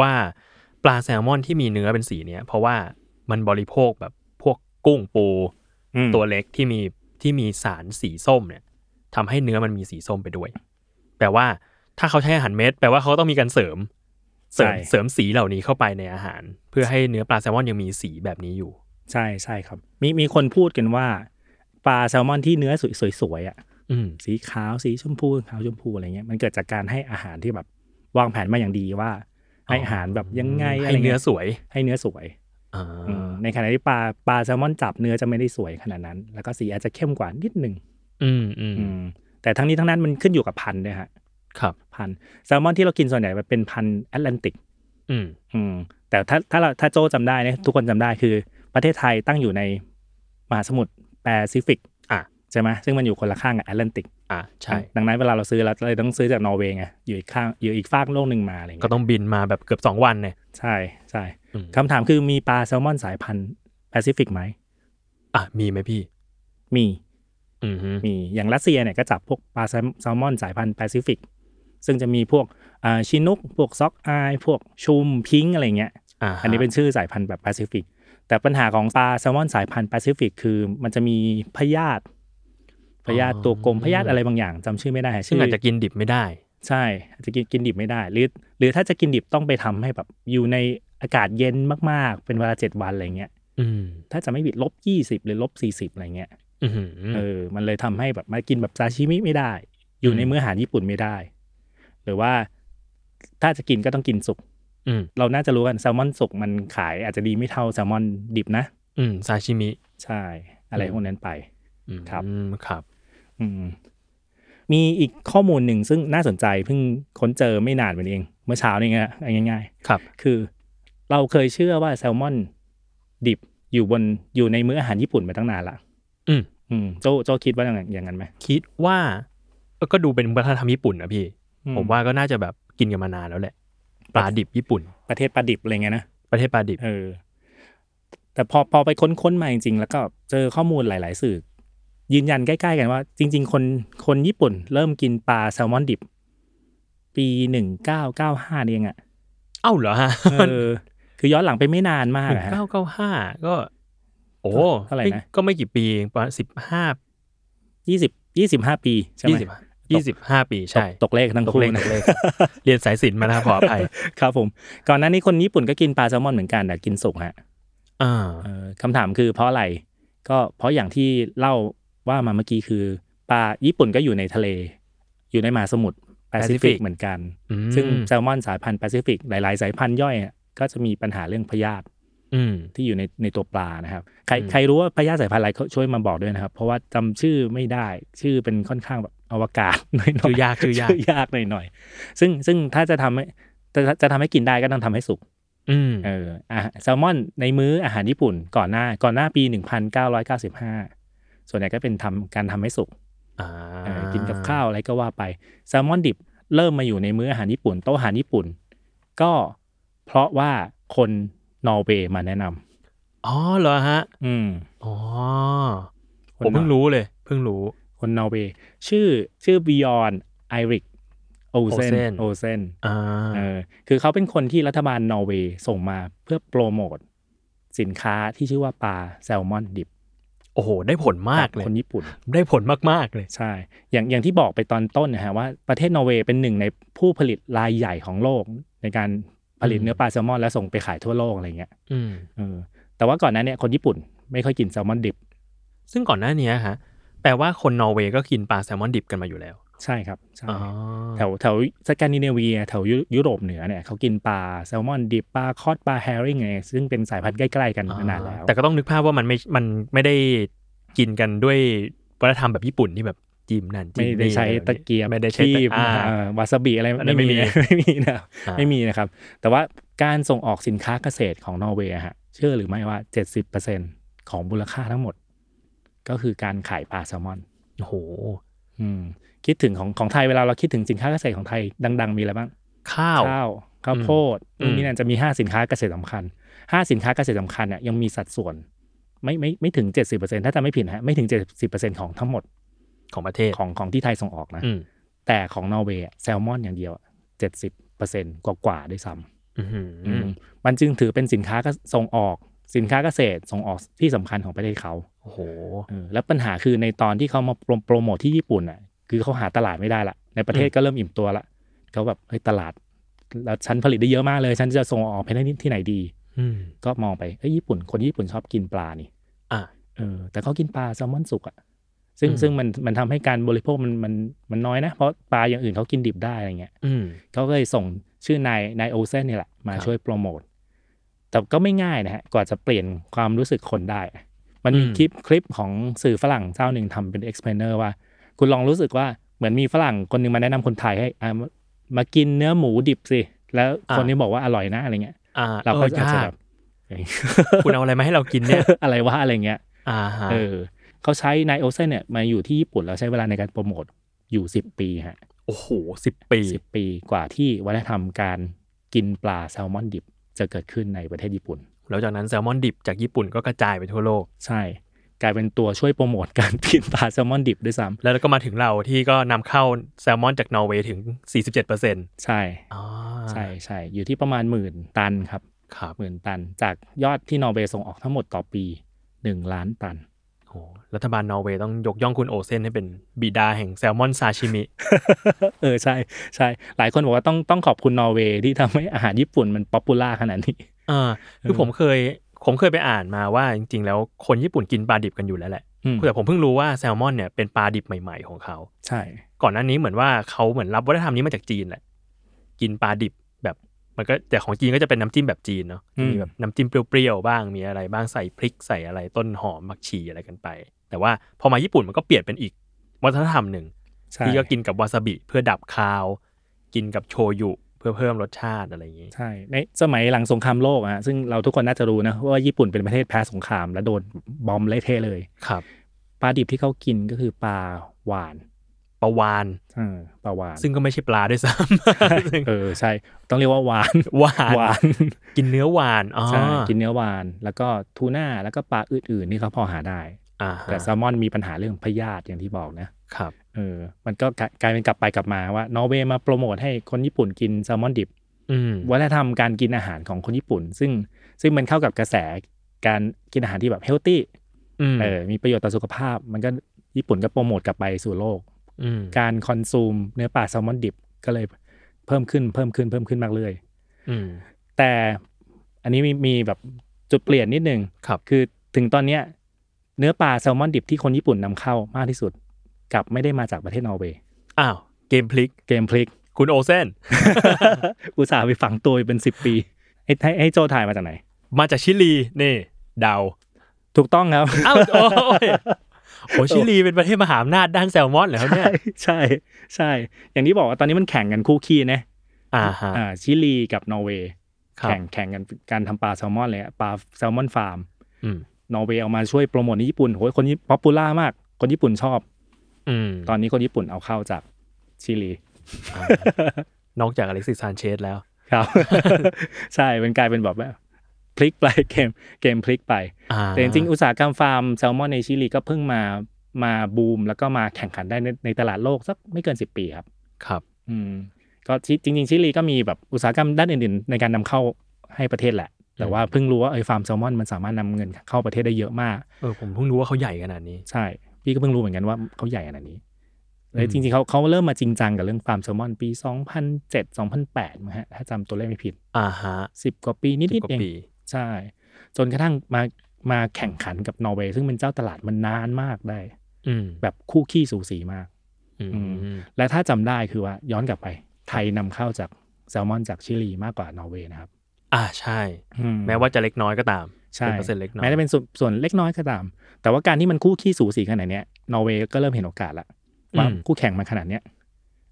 B: ว่าปลาแซลมอนที่มีเนื้อเป็นสีเนี้ยเพราะว่ามันบริโภคแบบพวกกุ้งปู
D: อืม
B: ตัวเล็กที่มีที่มีสารสีส้มเนี่ยทำให้เนื้อมันมีสีส้มไปด้วย แปลว่าถ้าเขาใช้อาหารเม็ดแปลว่าเขาต้องมีการเสริมเสริมเสริมสีเหล่านี้เข้าไปในอาหาร เพื่อให้เนื้อปลาแซลมอนยังมีสีแบบนี้อยู่
D: ใช่ใช่ครับ มีมีคนพูดกันว่า ปลาแซลมอนที่เนื้อสวยๆอ่ะ
B: อืม
D: สีขาวสีชมพูขาวชมพูอะไรเงี้ยมันเกิดจากการให้อาหารที่แบบวางแผนมาอย่างดีว่า ให้อาหารแบบยังไงอะไร
B: ให้เนื้อ
D: เงี้
B: ย สวย
D: ให้เนื้อสวย
B: อ่า
D: อืมในขณะที่ปลาปลาแซลมอนจับเนื้อจะไม่ได้สวยขนาดนั้น แล้วก็สีอาจจะเข้มกว่านิดนึง
B: อืมอืม
D: อืมแต่ทั้งนี้ทั้งนั้นมันขึ้นอยู่กับพันธุ์ด้วยฮะ
B: ครับ
D: พันธุ์แซลมอนที่เรากินส่วนใหญ่มันเป็นพันธุ์แอตแลนติก
B: อืม
D: อืมแต่ถ้าถ้าเราถ้าโจจำได้นะทุกคนจำได้คือ ประเทศไทยตั้งอยู่ในมหาสมุทรแปซิฟิก
B: อ่ะ
D: ใช่ไหมซึ่งมันอยู่คนละข้างกับแอตแลนติก
B: อ่ะใช่
D: ดังนั้นเวลาเราซื้อเราเลยต้องซื้อจากนอร์เวย์ไงอยู่อีกข้างอยู่อีกฝากโลกหนึ่งมาอะไร
B: ก็
D: เงี้ย
B: ต้องบินมาแบบเกือบสองวันเนี่ย
D: ใช่ใช่
B: อืม
D: คำถามคือมีปลาแซลมอนสายพันธุ์แปซิฟิกไหม
B: อ่ะมีไหมพี่
D: มี
B: อืมฮึ
D: มีอย่างรัสเซียเนี่ยก็จับพวกปลาแซลแซลมอนสายพันธุ์แปซิฟิกซึ่งจะมีพวกชินุกพวกซอกอายพวกชุมพิงค์อะไรเงี้ย
B: อ่าฮะ
D: อันนี้เป็นชื่อสายพันธุ์แบบแปซิฟิก แต่ปัญหาของปลาแซลมอนสายพันธุ์แปซิฟิกคือมันจะมีพยาธิพยาธิตัวกลมพยาธิอะไรบางอย่างจำชื่อไม่ได้
B: ซึ่งอาจจะ
D: ชื่
B: กินดิบไม่ได้
D: ใช่อาจจะกินกินดิบไม่ได้ หรือ หรือถ้าจะกินดิบต้องไปทำให้แบบอยู่ในอากาศเย็นมากๆ เป็นเวลาเจ็ดวันอะไรเงี้ย
B: อืม
D: ถ้าจะไม่ผิดลบยี่สิบหรือลบสี่สิบอะไรเงี้ย
B: อืมฮึ
D: เออ มันเลยทำให้แบบมากินแบบซาชิมิไม่ได้ อยู่ใน
B: อืม
D: มื้ออาหารญี่ปุ่นไม่ได้ หรือว่าถ้าจะกินก็ต้องกินสุก
B: อืม
D: เราน่าจะรู้กันแซลมอนสุกมันขายอาจจะดีไม่เท่าแซลมอนดิบนะ
B: อืมซาชิมิ
D: ใช่ อะไรพวกนั้นไป
B: อืม
D: ครับ
B: ครับ
D: อืมมีอีกข้อมูลหนึ่งซึ่งน่าสนใจเพิ่งค้นเจอไม่นานมานี้เอง เมื่อเช้านี่ไงฮะง่าย
B: ครับ
D: ๆ คือเราเคยเชื่อว่าแซลมอนดิบอยู่บนอยู่ในมื้ออาหารญี่ปุ่นมาตั้งนานละ
B: อืม
D: อืมโจโจคิดว่าอย่างนั้นอย่างนั้นไหม
B: คิดว่าเอ้อก็ดูเป็นวัฒนธรรมญี่ปุ่นนะพี่
D: อื
B: ผมว่าก็น่าจะแบบกินกันมานานแล้วแหละ ปลาดิบญี่ปุ่น
D: ประเทศปลาดิบอะไรเงี้ยนะ
B: ประเทศปลาดิบ
D: เออ แต่พอพอไปค้นค้นมาจริงๆ แล้วก็เจอข้อมูลหลาย ๆ สื่อ ยืนยันใกล้ๆ กันว่า จริง ๆ คนคนญี่ปุ่น เริ่มกินปลาแซลมอนดิบ ปีหนึ่งเก้าเก้าห้าเองอะ
B: เอ้าเหรอฮะ
D: เออ คือย้อนหลังไปไม่นานมาก
B: หนึ่ง
D: อะฮะ
B: เก้าเก้าห้าก็ โอ้
D: เท่าไหร่นะ
B: ก็ไม่กี่ปีเองประมาณสิบห้า
D: ยี่สิบยี่สิบห้าปีใช่ไหม
B: ยี่สิบยี่สิบห้าปีใช่
D: ตกเลขทั้ง
B: ตก
D: คู่
B: เลข
D: นะ
B: ตกเลข เรียนสายศิลป์มานะครับขออภัย
D: ครับผม ก่อนหน้านี้คนญี่ปุ่นก็กินปลาแซลมอนเหมือนกันแต่กินสุกฮะ
B: อ่า
D: เอ่อคำถามคือเพราะอะไรก็เพราะอย่างที่เล่าว่ามาเมื่อกี้คือปลาญี่ปุ่นก็อยู่ในทะเล อยู่ในมหาสมุทรแปซิฟิกเหมือนกัน
B: อืม
D: ซึ่งแซลมอนสายพันธุ์แปซิฟิกหลาย ๆ สายพันธุ์ย่อยอะก็จะมีปัญหาเรื่องพยาธิ
B: อืม
D: ที่อยู่ในในตัวปลานะครับ ใคร
B: อืม
D: ใครรู้ว่าพยาธิสายพันธุ์อะไรก็ช่วยมาบอกด้วยนะครับ เพราะว่าจำชื่อไม่ได้ชื่อเป็นค่อนข้างแบบอวกาศ หน่อยๆ
B: ชื่อยากชื่อยาก
D: ชื่อยากหน่อยๆซึ่งซึ่งถ้าจะทำให้จะจะทำให้กินได้ก็ต้องทำให้สุก
B: อืม
D: เอออ่ะแซลมอนในมื้ออาหารญี่ปุ่นก่อนหน้าก่อนหน้าปี 1995 ส่วนใหญ่ก็เป็นทำการทำให้สุก
B: อ่า
D: เออกินกับข้าวอะไรก็ว่าไป แซลมอนดิบเริ่มมาอยู่ในมื้ออาหารญี่ปุ่น โต๊ะอาหารญี่ปุ่น ก็เพราะว่าคนนอร์เวย์มาแนะนำ
B: อ๋อเหรอฮะ
D: อืม
B: อ๋อ
D: คน
B: ผมเพิ่ง
D: นอร์
B: รู้เลย เพิ่งรู้
D: คนนอร์เวย์ชื่อชื่อบิยอนไอริกโอเซน
B: Olsen
D: โอเซน
B: อ่า
D: เออคือเขาเป็นคนที่รัฐบาลนอร์เวย์ส่งมาเพื่อโปรโมทสินค้าที่ชื่อว่าปลาแซลมอนดิบ
B: โอ้โห ได้ผลมากเลย
D: คนญี่ปุ่น
B: ได้ผลมาก ๆ เลย
D: ใช่ อย่างอย่างที่บอกไปตอนต้นนะฮะว่าประเทศนอร์เวย์เป็นหนึ่งในผู้ผลิตรายใหญ่ของโลก ในการผลิต
B: อืม
D: เนื้อปลาแซลมอนแล้วส่งไปขายทั่วโลกอะไรเงี้ย
B: อืม
D: เออแต่ว่าก่อนหน้าเนี่ยคนญี่ปุ่นไม่ค่อยกินแซลมอนดิบ
B: ซึ่งก่อนหน้านี้ฮะ แปลว่าคนนอร์เวย์ก็กินปลาแซลมอนดิบกันมาอยู่แล้ว
D: ใช่ครับใช่
B: อ๋อ
D: แถวแถวสแกนดิเนเวียแถวยุยุโรปเหนือเนี่ยเขากินปลาแซลมอนดิบปลาคอดปลาแฮริงไงซึ่งเป็นสายพันธุ์ใกล้ๆกันมานานแล้ว
B: แต่ก็ต้องนึกภาพว่ามันไม่มันไม่ได้กินกันด้วยวัฒนธรรมแบบญี่ปุ่นที่แบบจิ้มนั่นจิ้
D: ไม่
B: ม
D: ได้
B: นี่
D: ใช้ตะเกียบ
B: ไม่ได้ใช้ตะ
D: คี
B: อ่า
D: เอ่อวาซาบิอะไร
B: อันนั้
D: ไม่
B: น
D: มี
B: ไม่มี
D: ไม่มีนะครับ
B: อ่า
D: ไม่มีนะครับ แต่ว่าการส่งออกสินค้าเกษตรของนอร์เวย์อะฮะเชื่อหรือไม่ว่า 70%ของมูลค่าทั้งหมด ก็คือการขายปลาแซลมอน
B: โอ้โห
D: อืมคิดถึงของของไทยเวลาเราคิดถึงสินค้าเกษตรของไทยดัง ๆ มีอะไรบ้าง
B: ข้าว
D: ข้าวข้าวโพด
B: อืม
D: นู่นนี่นั่นจะมี 5 สินค้าเกษตรสำคัญ 5 สินค้าเกษตรสำคัญเนี่ยยังมีสัดส่วน ไม่ไม่ไม่ถึง 70%ถ้าจำไม่ผิดนะฮะไม่ถึง 70%ของทั้งหมด
B: ของประเทศ
D: ของของที่ไทยส่งออกนะ
B: อืม
D: แต่ของนอร์เวย์อะแซลมอนอย่างเดียวเจ็ดสิบเปอร์เซ็นต์กว่าๆด้วยซ้
B: อื้อหือ
D: ำอืมมันจึงถือเป็นสินค้าก็ส่งออก สินค้าเกษตรส่งออกที่สำคัญของประเทศเขา
B: โอ้โห
D: เออแล้วปัญหาคือในตอนที่เขามาโปรโปรโมทที่ญี่ปุ่นอ่ะ คือเขาหาตลาดไม่ได้ละ ในประเทศก็เริ่มอิ่มตัวละเขาแบบเฮ้ยตลาด แล้วฉันผลิตได้เยอะมากเลย ฉันจะส่งออกไปได้ที่ไหนดี
B: อืม
D: ก็มองไปเอ้ยญี่ปุ่นคนญี่ปุ่นชอบกินปลานี่
B: อ่ะ
D: เออแต่เขากินปลาแซลมอนสุกอะซึ่ง
B: อืม
D: ซึ่งมันมันทำให้การบริโภคมันมันมันน้อยนะ เพราะปลาอย่างอื่นเขากินดิบได้อะไรเงี้ย
B: อืม
D: เขาก็เลยส่งชื่อนายนายโอเซนนี่แหละ มา
B: ครับ
D: ช่วยโปรโมทแต่ก็ไม่ง่ายนะฮะกว่าจะเปลี่ยนความรู้สึกคนได้อะมันมี
B: อืม
D: คลิปคลิปของสื่อฝรั่งเจ้าหนึ่งทำเป็น explainer ว่า คุณลองรู้สึกว่าเหมือนมีฝรั่งคนหนึ่งมาแนะนำคนไทยให้อ่ะมามากินเนื้อหมูดิบสิแล้วคนนี้บอกว่าอร่อยนะอะไรเงี้ย
B: อ่า
D: เราก็
B: ออย
D: อาจจะ
B: า
D: แบ
B: ก
D: บเอ้ย
B: คุณเอาอะไรมาให้เรากินเนี่ย
D: อะไรวะอะไรเงี้ย
B: อ่าฮะ
D: เออเขาใช้นายโอเซนเนี่ยมาอยู่ที่ญี่ปุ่นแล้วใช้เวลาในการโปรโมทอยู่ 10 ปีฮะ
B: โอ้โหสิบปี
D: สิปีกว่าที่วัฒนธรรมการกินปลาแซลมอนดิบจะเกิดขึ้นในประเทศญี่ปุ่น
B: แล้วจากนั้นแซลมอนดิบจากญี่ปุ่นก็กระจายไปทั่วโลก
D: ใช่ กลายเป็นตัวช่วยโปรโมทการ กินปลาแซลมอนดิบด้วยซ้
B: แล้วก็มาถึงเราที่ก็นำเข้าแซลมอนจากนอร์เวย์ถึง 47เปอร์เซ็นต์
D: ำใช่
B: อ่า
D: ใช่ใช่อยู่ที่ประมาณหมื่นตันครับ
B: ครับ
D: หมื่นตัน จากยอดที่นอร์เวย์ส่งออกทั้งหมดต่อปี 1 ล้านตัน
B: โอ้โหรัฐบาลนอร์เวย์ต้องยกย่องคุณโอเซนให้เป็นบิดาแห่งแซลมอนซาชิมิ
D: เออใช่ใช่หลายคนบอกว่าต้องต้องขอบคุณนอร์เวย์ที่ทำให้อาหารญี่ปุ่นมันป๊อปปูล่าขนาดนี้
B: อ่าคือ
D: เออ
B: ผมเคยผมเคยไปอ่านมาว่าจริง ๆ แล้วคนญี่ปุ่นกินปลาดิบกันอยู่แล้วแหละ
D: อืม
B: แต่ผมเพิ่งรู้ว่าแซลมอนเนี่ยเป็นปลาดิบใหม่ๆของเขา
D: ใช่
B: ก่อนหน้านี้เหมือนว่าเขาเหมือนรับวัฒนธรรมนี้มาจากจีนแหละ กินปลาดิบแบบมันก็แต่ของจีนก็จะเป็นน้ำจิ้มแบบจีนเนาะ
D: อืม
B: มีแบบน้ำจิ้มเปรี้ยวๆบ้างมีอะไรบ้างใส่พริกใส่อะไรต้นหอมผักชีอะไรกันไป แต่ว่าพอมาญี่ปุ่นมันก็เปลี่ยนเป็นอีกวัฒนธรรมหนึ่ง
D: ใช่
B: ที่ก็กินกับวาซาบิเพื่อดับคาว กินกับโชยุเพื่อเพิ่มรสชาติอะไรอย่างงี้
D: ใช่ในสมัยหลังสงครามโลกอะฮะซึ่งเราทุกคนน่าจะรู้นะว่าญี่ปุ่นเป็นประเทศแพ้สงคราม และโดนบอมเละเทะเลย
B: ครับ
D: ปลาดิบที่เขากินก็คือปลาหวาน
B: ปลาวาน
D: เออปลาหวาน
B: ซึ่งก็ไม่ใช่ปลาด้วยซ้ำซึ่ง
D: เออใช่ ต้องเรียกว่าหวาน
B: วาน
D: หวาน
B: กินเนื้อวานอ๋อ
D: ใช่กินเนื้อหวาน แล้วก็ทูน่าแล้วก็ปลาอื่นๆที่เขาพอหาได้
B: อ่าฮะ
D: แต่แซลมอนมีปัญหาเรื่องพยาธิอย่างที่บอกนะครับ เออมันก็กลายกลายเป็นกลับไปกลับมาว่านอร์เวย์มาโปรโมทให้คนญี่ปุ่นกินแซลมอนดิบ
B: อืม
D: วัฒนธรรมการกินอาหารของคนญี่ปุ่น ซึ่งซึ่งมันเข้ากับกระแสการกินอาหารที่แบบเฮลตี้
B: อืม
D: เออมีประโยชน์ต่อสุขภาพ มันก็ญี่ปุ่นก็โปรโมทกลับไปสู่โลก
B: อืม
D: การคอนซูมเนื้อปลาแซลมอนดิบก็เลยเพิ่มขึ้นเพิ่มขึ้นเพิ่มขึ้นมากเรื่อย
B: อืม
D: แต่อันนี้มีมีแบบจุดเปลี่ยนนิดนึง
B: ครับ
D: คือถึงตอนเนี้ยเนื้อปลาแซลมอนดิบที่คนญี่ปุ่นนำเข้ามากที่สุด กลับไม่ได้มาจากประเทศนอร์เวย์
B: อ้าว เกมพลิก
D: เกมพ ลิก
B: คุณโอเซน
D: อุตส่าห์ไปฝังตัวเป็น 10 ปีให้ให้ให้โจถ่ายมาจากไหน
B: มาจากชิลี นี่ เดา
D: ถูกต้องครับ
B: อ้าวโอ้ยโอ้ยชิลีเป็นประเทศมหาอำนาจด้านแซลมอนเหรอครับเนี่ย
D: ใช่ใช่ใช่ อย่างที่บอกว่าตอนนี้มันแข่งกันคู่ขี้นะ
B: อ่าฮะ
D: อ่าชิลีกับนอร์เวย์
B: ครับ
D: แข่งแข่งกันการทำปลาแซลมอนเลยอะปลาแซลมอนฟาร์ม
B: อืม
D: นอร์เวย์เอามาช่วยโปรโมทในญี่ปุ่นโหยคนป๊อปปูล่ามาก คนญี่ปุ่นชอบ
B: อืม
D: ตอนนี้คนญี่ปุ่นเอาเข้าจากชิลี
B: อ่านอกจากอเล็กซิสซานเชสแล้ว
D: ครับ ใช่เป็นกลายเป็นแบบว่าพลิกไป เกมเกมพลิกไป
B: อ่า
D: แต่จริงๆอุตสาหกรรมฟาร์มแซลมอนในชิลีก็เพิ่งมามาบูม แล้วก็มาแข่งขันได้ในในตลาดโลกสักไม่เกิน 10 ปีครับ
B: ครับ
D: อืมก็ชิจริง ๆ ชิลีก็มีแบบอุตสาหกรรมด้านอื่นๆ ในการนำเข้าให้ประเทศแหละ แต่ว่าเพิ่งรู้ว่าไอ้ฟาร์มแซลมอนมันสามารถนำเงินเข้าประเทศได้เยอะมาก
B: เออ ผมเพิ่งรู้ว่าเขาใหญ่ขนาดนี้
D: ใช่ พี่ก็เพิ่งรู้เหมือนกันว่าเขาใหญ่ขนาดนี้เล
B: อื
D: ย
B: ม
D: จริง ๆเขาเขาเริ่มมาจริงจังกับเรื่องฟาร์มแซลมอนปี 2007 2008มั้งฮะถ้าจำตัวเลขไม่ผิด
B: อ่าฮะ
D: 10 กว่าปี
B: สิ
D: นิ
B: บ
D: ด
B: ก
D: ๆ
B: ว่า
D: เอง
B: ปี
D: ใช่ จนกระทั่งมามาแข่งขันกับนอร์เวย์ซึ่งเป็นเจ้าตลาดมันนานมากได้
B: อืม
D: แบบคู่ขี้สูสีมาก
B: อืม
D: และถ้าจำได้คือว่าย้อนกลับไปไทยนำเข้าจากแซลมอนจากชิลีมากกว่านอร์เวย์นะครับ
B: อ่าใช่
D: อื
B: แม้ว่าจะเล็กน้อยก็ตาม
D: ใช่
B: เป็นเปอร์เซ็นต์เล็กน้อย
D: แม้จะเป็นส่วนส่วนเล็กน้อยก็ตาม แต่ว่าการที่มันคู่ขี้สูสีขนาดเนี้ยนอร์เวย์ก็เริ่มเห็นโอกาสละว่าคู่แข่งมันขนาดเนี้ย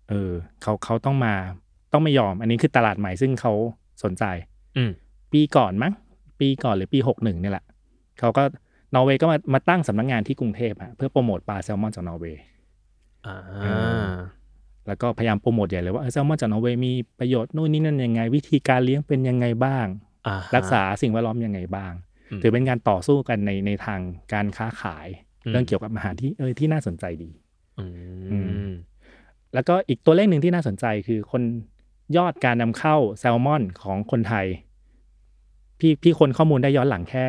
D: เออเขาเขาต้องมาต้องไม่ยอม อันนี้คือตลาดใหม่ซึ่งเขาสนใจ
B: อืม
D: ปีก่อนมั้งปีก่อนหรือปีหกหนึ่งเนี่ยแหละเขาก็นอร์เวย์ก็มามาตั้งสำนักงานที่กรุงเทพอะเพื่อโปรโมทปลาแซลมอนจากนอร์เวย์
B: อ่า
D: แล้วก็พยายามโปรโมทใหญ่เลยว่าเออแซลมอนจากนอร์เวย์มีประโยชน์นู่นนี่นั่นยังไง วิธีการเลี้ยงเป็นยังไงบ้าง
B: อ่ารั
D: รักษาสิ่งแวดล้อมยังไงบ้าง
B: อืม
D: ถือเป็นการต่อสู้กันในในทางการค้าขาย
B: อืม
D: เรื่องเกี่ยวกับอาหารที่เออที่น่าสนใจดี
B: อืม
D: แล้วก็อีกตัวเลขหนึ่งที่น่าสนใจคือคนยอดการนำเข้าแซลมอนของคนไทย พี่พี่คนข้อมูลได้ย้อนหลังแค่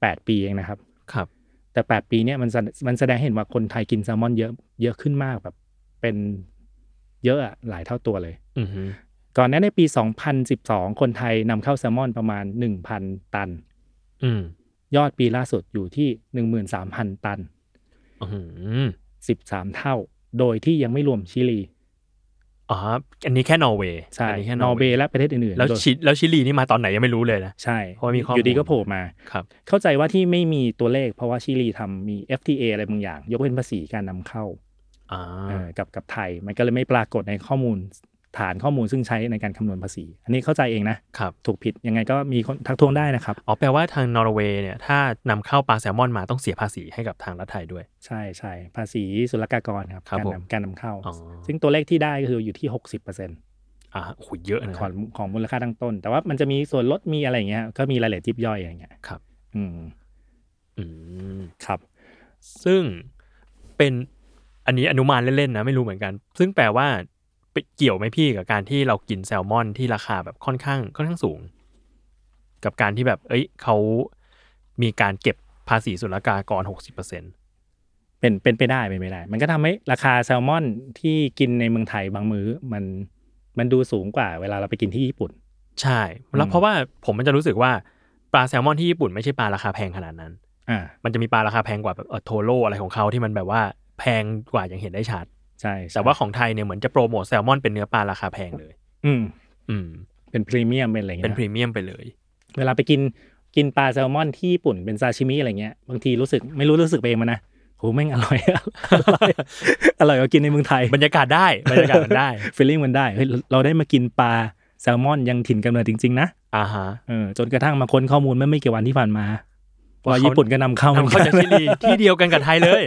D: แปดปีเองนะครับ
B: ครับ
D: แต่แปดปีเนี่ยมันแสมันแสดงให้เห็นว่าคนไทยกินแซลมอนเยอะเยอะขึ้นมากแบบเป็นเยอะอะหลายเท่าตัวเลย
B: อืม
D: ก่อนหน้าในปี 2012 คนไทยนำเข้าแซลมอนประมาณ 1,000 ตัน
B: อืม
D: ยอดปีล่าสุดอยู่ที่ 13,000 ตัน
B: อืม
D: 13 เท่า โดยที่ยังไม่รวมชิลี
B: อ๋ออันนี้แค่นอร์เวย์
D: ใช่
B: อันนี้แค่
D: น
B: น
D: อ
B: อ
D: ร์
B: ร์
D: เว
B: เวย์
D: ย์และประเทศอื่นๆ
B: แล้ว
D: โดย
B: ชิแล้วชิลีนี่มาตอนไหนยังไม่รู้เลยนะ
D: ใช่
B: เพราะว่ามีข้อมูล
D: ยู่ดีก็โผล่มา
B: ครับ
D: เข้าใจว่าที่ไม่มีตัวเลข เพราะว่าชิลีทำมี FTA อะไรบางอย่าง ยกเว้นภาษีการนำเข้า
B: อ่า
D: เออกับกับไทย มันก็เลยไม่ปรากฏในข้อมูลฐานข้อมูลซึ่งใช้ในการคำนวณภาษี อันนี้เข้าใจเองนะครับ ถูกผิดยังไงก็มีคนทักทวงได้นะครับ
B: อ๋อ แปลว่าทางนอร์เวย์เนี่ย ถ้านำเข้าปลาแซลมอนมาต้องเสียภาษีให้กับทางรัฐไทยด้วย
D: ใช่ใช่ภาษีศุลกากรครับ
B: ครับ
D: การ
B: ผม
D: นำการนำเข้า
B: อ๋อ
D: ซึ่งตัวเลขที่ได้ก็คืออยู่ที่ 60%ข
B: อ่าโอ้โหเยอะนะค
D: อ
B: รั
D: ง
B: บ
D: ของมูลค่าตั้งต้น แต่ว่ามันจะมีส่วนลดมีอะไรอย่างเงี้ยก็มีรายละเอียดยิบย่อยอะไรอย่างเงี้ย
B: ครับ
D: อืม
B: อืม
D: ครับ
B: ซึ่งเป็นอันนี้อนุมานเล่นๆนะไม่รู้เหมือนกัน ซึ่งแปลว่าไปเกี่ยวไหมพี่กับการที่เรากินแซลมอนที่ราคาแบบค่อนข้างค่อนข้างสูง กับการที่แบบ เอ้ยเขามีการเก็บภาษีศุลกากรหกสิบเปอร์เซ็นต์
D: เป็นเป็นไปได้เป็นไปได้ มันก็ทำให้ราคาแซลมอนที่กินในเมืองไทยบางมื้อมันมันดูสูงกว่าเวลาเราไปกินที่ญี่ปุ่น
B: ใช่แล้
D: อื
B: ว
D: ม
B: เพราะว่าผมมันจะรู้สึกว่าปลาแซลมอนที่ญี่ปุ่นไม่ใช่ปลาราคาแพงขนาดนั้น
D: อ่า
B: มันจะมีปลาราคาแพงกว่าแบบเอ่อโทโรอะไรของเขาที่มันแบบว่าแพงกว่าอย่างเห็นได้ชัด
D: ใช่ใช่
B: แต่ว่าของไทยเนี่ยเหมือนจะโปรโมทแซลมอนเป็นเนื้อปลาราคาแพงเลย
D: อืม
B: อืม
D: เป็นพรีเมียมเป็นอะไรอย่าง
B: เป็น
D: เงี้ย
B: พรีเมียมไปเลย
D: เวลาไปกินกินปลาแซลมอนที่ญี่ปุ่นเป็นซาชิมิอะไรเงี้ยบางทีรู้สึกไม่รู้รู้สึกไปเองมันนะโหแม่งอร่อย อร่อยอร่อยกว่ากินในเมืองไทย
B: บรรยากาศได้ บรรยากาศมันได้
D: ฟีลลิ่งมันได้เฮ้ยเราได้มากินปลาแซลมอนยังถิ่นกำเนิดจริง ๆ นะ
B: อ่าฮะ
D: เออจนกระทั่งมาค้นข้อมูลเมื่อไม่กี่วันที่ผ่านมาว่า
B: ว่าเขา
D: ญี่ปุ่นก็นำเข้าหมือน
B: ทำ
D: น
B: เข้าจากชิลีที่เดียวกันกับไทยเลย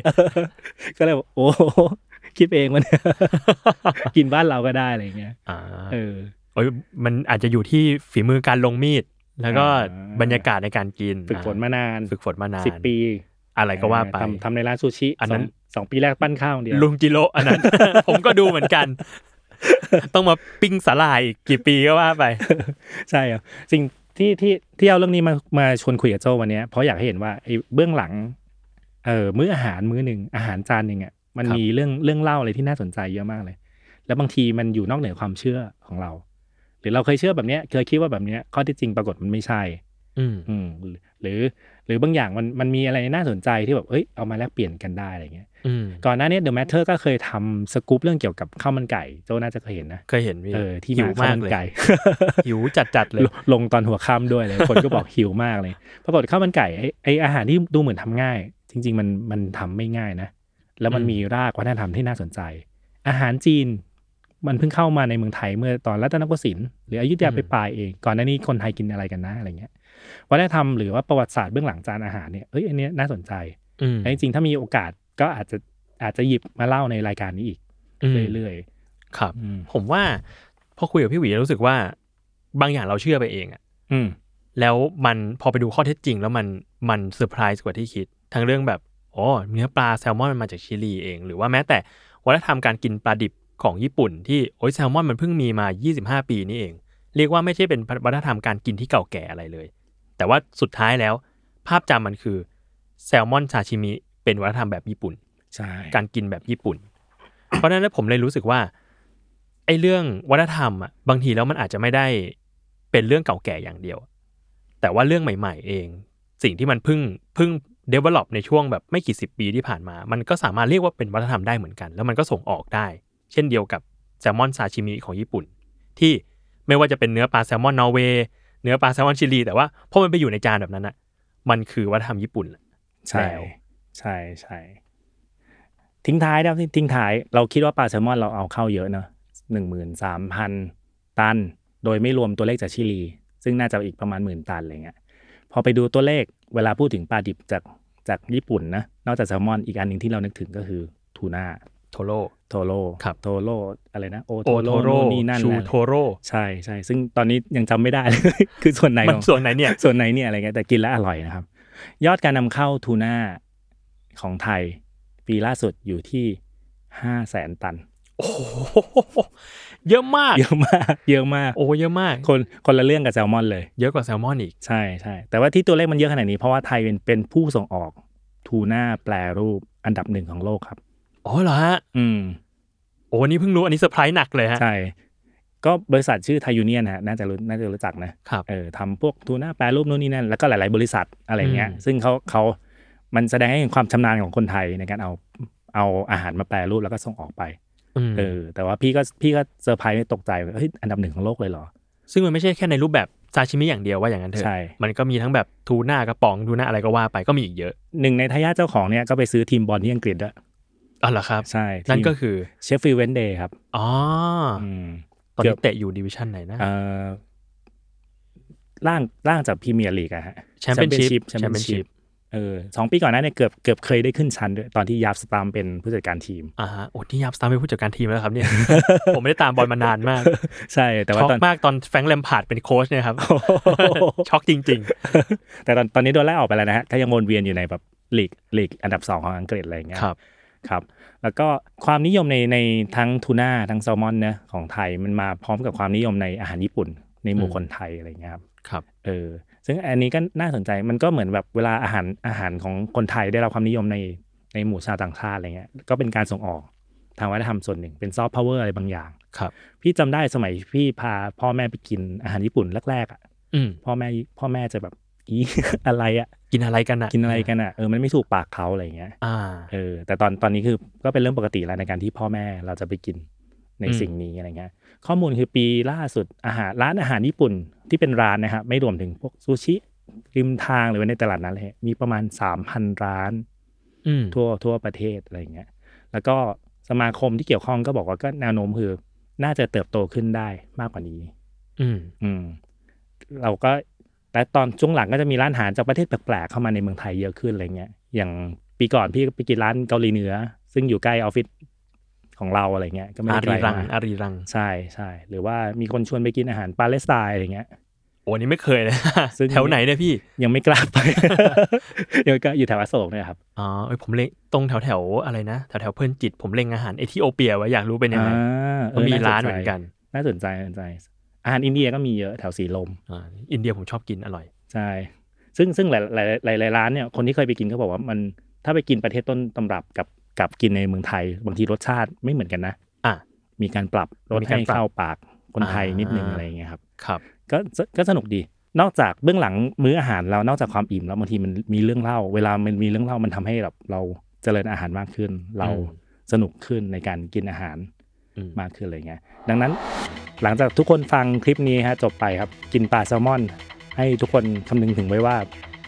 D: ก็เลยบอกโอ้โหคิดเองมัน กินบ้านเราก็ได้อะไรอย่างเงี้ย
B: อ่า
D: เออ
B: โอ้ยมันอาจจะอยู่ที่ฝีมือการลงมีด แล้วก็
D: อ่า
B: บรรยากาศในการกิน
D: ฝึกฝนมานาน
B: ฝึกฝนมานาน
D: สิบปี
B: อะไรก็ว่าไป
D: ทำทำในร้านซูชิ
B: อันนั้น
D: สงสองปีแรกปั้นข้าวอย่างเดียว
B: ลุงจิโรอันนั้น ผมก็ดูเหมือนกัน ต้องมาปิ้งสาลายอีกกี่ปีก็ว่าไป
D: ใช่ครับสิ่งที่ที่ที่เอาเรื่องนี้มามาชวนคุยกับโจวันเนี้ยเพราะอยากให้เห็นว่าไอ้เบื้องหลังเออมื้ออาหารมื้อหนึ่งอาหารจานหนึ่งอ่ะมัน
B: ครับ
D: มีเรื่องเรื่องเล่าอะไรที่น่าสนใจเยอะมากเลย แล้วบางทีมันอยู่นอกเหนือความเชื่อของเรา หรือเราเคยเชื่อแบบเนี้ยเคยคิดว่าแบบเนี้ยข้อที่จริงปรากฏมันไม่ใช่
B: อืม
D: อืมหรือหรือบางอย่างมันมันมีอะไรน่าสนใจที่แบบเอ้ยเอามาแลกเปลี่ยนกันได้อะไรเงี้ย
B: อืม
D: ก่อนหน้านี้ The Matter ก็เคยทำสกู๊ปเรื่องเกี่ยวกับข้าวมันไก่โจน่าจะเคยเห็นนะ
B: เคยเห็นพี่
D: เออที่
B: หิ
D: มาว ข้า
B: าว ก
D: มมัน
B: เลย
D: ไก่
B: หิวจัด ๆเลย
D: ลงลงตอนหัวค่ำด้วย เลยคนก็บอก หิวมากเลยปรากฏข้าวมันไก่ไอ้ไออาหารที่ดูเหมือนทำง่าย จริง ๆ มันมันทำไม่ง่ายนะ แล้วมัน
B: อืม
D: มีรากวัฒนธรรมที่น่าสนใจ อาหารจีนมันเพิ่งเข้ามาในเมืองไทยเมื่อตอนรัตนโกสินทร์หรืออยุธยาไปปลายๆเองก่อนหน้านี้คนไทยกินอะไรกันนะอะไรเงี้ยวัฒนธรรมหรือว่าประวัติศาสตร์เบื้องหลังจานอาหารเนี่ยเอ้ยอันเนี้ยน่าสนใจ
B: อืม
D: และจริงๆถ้ามีโอกาสก็อาจจะอาจจะหยิบมาเล่าในรายการนี้อีกเรื่อย
B: ครับ
D: ๆอืม
B: ผมว่าพอคุยกับพี่หวีรู้สึกว่า บางอย่างเราเชื่อไปเองอะ
D: อืม
B: แล้วมันพอไปดูข้อเท็จจริง แล้วมันมันเซอร์ไพรส์กว่าที่คิด ทั้งเรื่องแบบอ๋อเนื้อปลาแซลมอนมันมาจากชิลีเอง หรือว่าแม้แต่วัฒนธรรมการกินปลาดิบของญี่ปุ่น ที่โอ้ยแซลมอนมันเพิ่งมีมา 25 ปีนี่เอง เรียกว่าไม่ใช่เป็นวัฒนธรรมการกินที่เก่าแก่อะไรเลย แต่ว่าสุดท้ายแล้ว ภาพจำมันคือแซลมอนซาชิมิเป็นวัฒนธรรมแบบญี่ปุ่น
D: ใช่
B: การกินแบบญี่ปุ่น เพราะฉะนั้นผมเลยรู้สึกว่าไอ้เรื่องวัฒนธรรมอ่ะบางทีแล้วมันอาจจะไม่ได้เป็นเรื่องเก่าแก่อย่างเดียว แต่ว่าเรื่องใหม่ ๆ เอง สิ่งที่มันเพึ่งเพึ่ง develop ในช่วงแบบไม่กี่สิบปีที่ผ่านมา มันก็สามารถเรียกว่าเป็นวัฒนธรรมได้เหมือนกัน แล้วมันก็ส่งออกได้ เช่นเดียวกับแซลมอนซาชิมิของญี่ปุ่น ที่ไม่ว่าจะเป็นเนื้อปลาแซลมอนนอร์เวย์เนื้อปลาแซลมอนชิลีแต่ว่าพอมันไปอยู่ในจานแบบนั้นอะมันคือวัฒนธรรมญี่ปุ่น
D: ใช่
B: แล้ว
D: ใช่ใช่ทิ้งท้ายนะครับทิ้งท้ายเราคิดว่าปลาแซลมอนเราเอาเข้าเยอะเนอะหนึ่งหมื่นสามพันตัน โดยไม่รวมตัวเลขจากชิลี ซึ่งน่าจะอีกประมาณหมื่นตันอะไรเงี้ยพอไปดูตัวเลขเวลาพูดถึงปลาดิบจากจากญี่ปุ่นนะนอกจากแซลมอนอีกอันหนึ่งที่เรานึกถึงก็คือทูน่า
B: โทโร
D: โทโร่
B: ครับ
D: โทโร่อะไรนะโอ
B: โอโทโร
D: นู่นนี่นั่น
B: ชู
D: นะ
B: โทโร
D: ใช่ใช่ซึ่งตอนนี้ยังจำไม่ได้เลย คือส่วนไหน
B: มัน
D: ของ
B: ส่วนไหนเนี่ย
D: ส่วนไหนเนี่ยอะไรเงี้ยแต่กินแล้วอร่อยนะครับ ยอดการนำเข้าทูน่าของไทย ปีล่าสุดอยู่ที่ห้าแสนตัน
B: โอ้โหเยอะมาก
D: เยอะมาก เยอะมาก
B: โอ้เยอะมาก
D: คนคนละเรื่องกับแซลมอนเลย
B: เยอะกว่าแซลมอนอีก
D: ใช่ใช่แต่ว่าที่ตัวเลขมันเยอะขนาดนี้เพราะว่าไทยเป็นเป็นผู้ส่งออกทูน่าแปรรูปอันดับหนึ่งของโลกครับ
B: อ๋อเหรอฮะ
D: อืม
B: โอ้วันนี้เพิ่งรู้อันนี้เซอร์ไพรส์หนักเลยฮะ
D: ใช่ ก็บริษัทชื่อไทยูเนียนฮะน่าจะรู้น่าจะรู้จักนะ
B: ครับ
D: เออทำพวกทูน่าแปรรูปนู่นนี่นั่น แล้วก็หลาย ๆ บริษัทอะไรเงี้ย
B: อืม
D: ซึ่งเขาเขามันแสดงให้เห็นความชำนาญของคนไทยในการเอาเอาอาหารมาแปรรูปแล้วก็ส่งออกไป
B: อืม
D: เออแต่ว่าพี่ก็พี่ก็เซอร์ไพรส์ตกใจว่าเฮ้ยอันดับหนึ่งของโลกเลยเหรอ
B: ซึ่งมันไม่ใช่แค่ในรูปแบบซาชิมิอย่างเดียวว่าอย่างนั้นเถอะ
D: ใช่
B: มันก็มีทั้งแบบทูน่ากระป๋องทูน่าอะไรก็ว่าไปก็มีอีกเยอะ
D: หนึ่งในทายาทเจ้าของเนี่ยก็ไปซื้อทีมบอลที่อังกฤษด้วย
B: อ๋อเหรอครับ
D: ใช่
B: นั่นก็คือ
D: เชฟฟิลด์เวนเดย์ครับ
B: อ๋ออ
D: อืม
B: ตอน
D: เกื
B: นี้
D: อบ
B: เตะอยู่ดิวิชั่นไหนนะ
D: เอ่อล่างล่างจากพรีเมียร์ลีกอะฮะ
B: Championship
D: แชมเปี้ยนชิพ
B: Championship
D: เออสองปีก่อนหน้าเนี่ยเกือบเกือบเคยได้ขึ้นชั้นด้วยตอนที่ยาฟสตามเป็นผู้จัดการทีม
B: อ่าฮะโอ้ที่ยับสตาร์เป็นผู้จัดการทีมแล้วครับ เนี่ย ผมไม่ได้ตามบอลมานานมาก
D: ใช่แต่ว่า
B: ช็อก
D: ตอน
B: มากตอนแฟรงค์แลมพาร์ดเป็นโค้ชเนี่ยครับ ช็อกจริง
D: แต่ตอนตอนนี้โดนไล่ออกไปแล้วนะฮะก็ยังวนเวียนอยู่ในแบบลีกลีกอันดับ 2 ของอังกฤษอะไรอย่างเงี้
B: ๆ
D: ย
B: ครับ
D: ครับ แล้วก็ความนิยมในในทั้งทูน่าทั้งแซลมอนนะของไทยมันมาพร้อมกับความนิยมในอาหารญี่ปุ่น ในหมู่
B: อืม
D: คนไทยอะไรอย่างเงี้ยครับ
B: ครับ
D: เออซึ่งอันนี้ก็น่าสนใจมันก็เหมือนแบบเวลาอาหารอาหารของคนไทยได้รับความนิยมในในหมู่ชาวต่างชาติอะไรเงี้ยก็เป็นการส่งออกทางวัฒนธรรมส่วนหนึ่งเป็นซอฟต์พาวเวอร์อะไรบางอย่าง
B: ครับ
D: พี่จำได้สมัยพี่พาพ่อแม่ไปกินอาหารญี่ปุ่นแรกๆอ่ะ
B: อืม
D: พ่อแม่พ่อแม่จะแบบอี อะไรอ่ะ
B: กินอะไรกันอะ
D: กินอะไรกันอ่ะเออมันไม่ถูกปากเขาอะไรเงี้ย
B: อ่า
D: เออแต่ตอนตอนนี้คือก็เป็นเรื่องปกติแล้วในการที่พ่อแม่เราจะไปกินใน
B: อืม
D: สิ่งนี้อะไรเงี้ยข้อมูลคือปีล่าสุดอาหารร้านอาหารญี่ปุ่นที่เป็นร้านนะครับไม่รวมถึงพวกซูชิริมทางหรือว่าในตลาดนั้นเลยฮะมีประมาณ 3,000 ร้าน
B: อืม
D: ทั่วทั่วประเทศอะไรอย่างเงี้ย แล้วก็สมาคมที่เกี่ยวข้องก็บอกว่าก็แนวโน้มคือ น่าจะเติบโตขึ้นได้มากกว่านี้
B: อืม
D: อืม เราก็แต่ตอนช่วงหลังก็จะมีร้านอาหารจากประเทศแปลกๆเข้ามาในเมืองไทยเยอะขึ้นอะไรเงี้ย อย่างปีก่อนพี่ไปกินร้านเกาหลีเหนือ ซึ่งอยู่ใกล้ออฟฟิศของเราอะไรเงี้ย ก็ไม่
B: อา
D: ได้ไกล
B: รีรัง
D: มาก
B: อารีรัง
D: ใช่ใช่หรือว่ามีคนชวนไปกินอาหารปาเลสไตน์อะไรเงี้ย
B: โอ้อันนี้ไม่เคยเลย
D: ซึ่ง
B: แถวไหนเนี่ยพี่
D: ยังไม่กล้าไป ยังไม่กล้าอยู่แถวอโศกเนี่ยครับ
B: อ๋อเอ้ยผมเล็งตรงแถวแถวๆอะไรนะ แถวแถวๆเพลินจิต ผมเล็งอาหารเอธิโอเปียไว้อยากรู้เป็นยังไง
D: อ่าเอ
B: ก็
D: อ
B: มี
D: น่ส
B: ร้าน
D: ใจ
B: เหมือนกัน
D: น่าสนใจน่าสนใจอาหารอินเดียก็มีเยอะแถวสีลม
B: อ่าอินเดียผมชอบกินอร่อย
D: ใช่ซึ่งซึ่งหลายหลายหลายหลายร้านเนี่ยคนที่เคยไปกินเขาบอกว่ามันถ้าไปกินประเทศต้นตำรับกับกับกินในเมืองไทย บางทีรสชาติไม่เหมือนกันนะ
B: อ่ะ
D: มีการปรับรส
B: มีการ
D: ให้
B: ปรับ
D: เข้าปากคนไทยนิดนึง
B: อ่า
D: อะไรอย่างเงี้ยครับ
B: ครับ
D: ก็ก็สนุกดี นอกจากเบื้องหลังมื้ออาหารเรานอกจากความอิ่มแล้วบางทีมันมีเรื่องเล่า เวลามันมีเรื่องเล่ามันทำให้แบบเราเจริญอาหารมากขึ้น เรา
B: อืม
D: สนุกขึ้นในการกินอาหาร
B: อืม
D: มากขึ้นอะไรเงี้ย ดังนั้นหลังจากทุกคนฟังคลิปนี้ฮะจบไปครับ กินปลาแซลมอน ให้ทุกคนคำนึงถึงไว้ว่า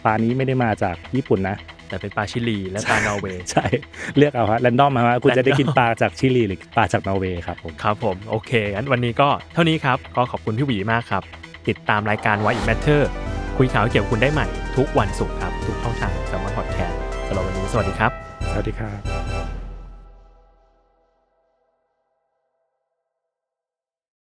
D: ปลานี้ไม่ได้มาจากญี่ปุ่นนะ
B: แต่เป็นปลาชิลีและปลานอร์เวย์
D: ใช่ เลือกเอาฮะแรนดอมมาฮะคุณจะได้
B: Random
D: กินปลาจากชิลีหรือปลาจากนอร์เวย์ครับผม
B: ครับผม โอเคงั้นวันนี้ก็เท่านี้ครับ ก็ขอบคุณพี่หวีมากครับ ติดตามรายการ Why It Matter คุยข่าวเกี่ยวกับคุณได้ใหม่ ทุกวันศุกร์ครับทุกช่องทางสมอลพอดแคสต์สำหรับวันนี้สวัสดีครับ
D: สวัสดีครับ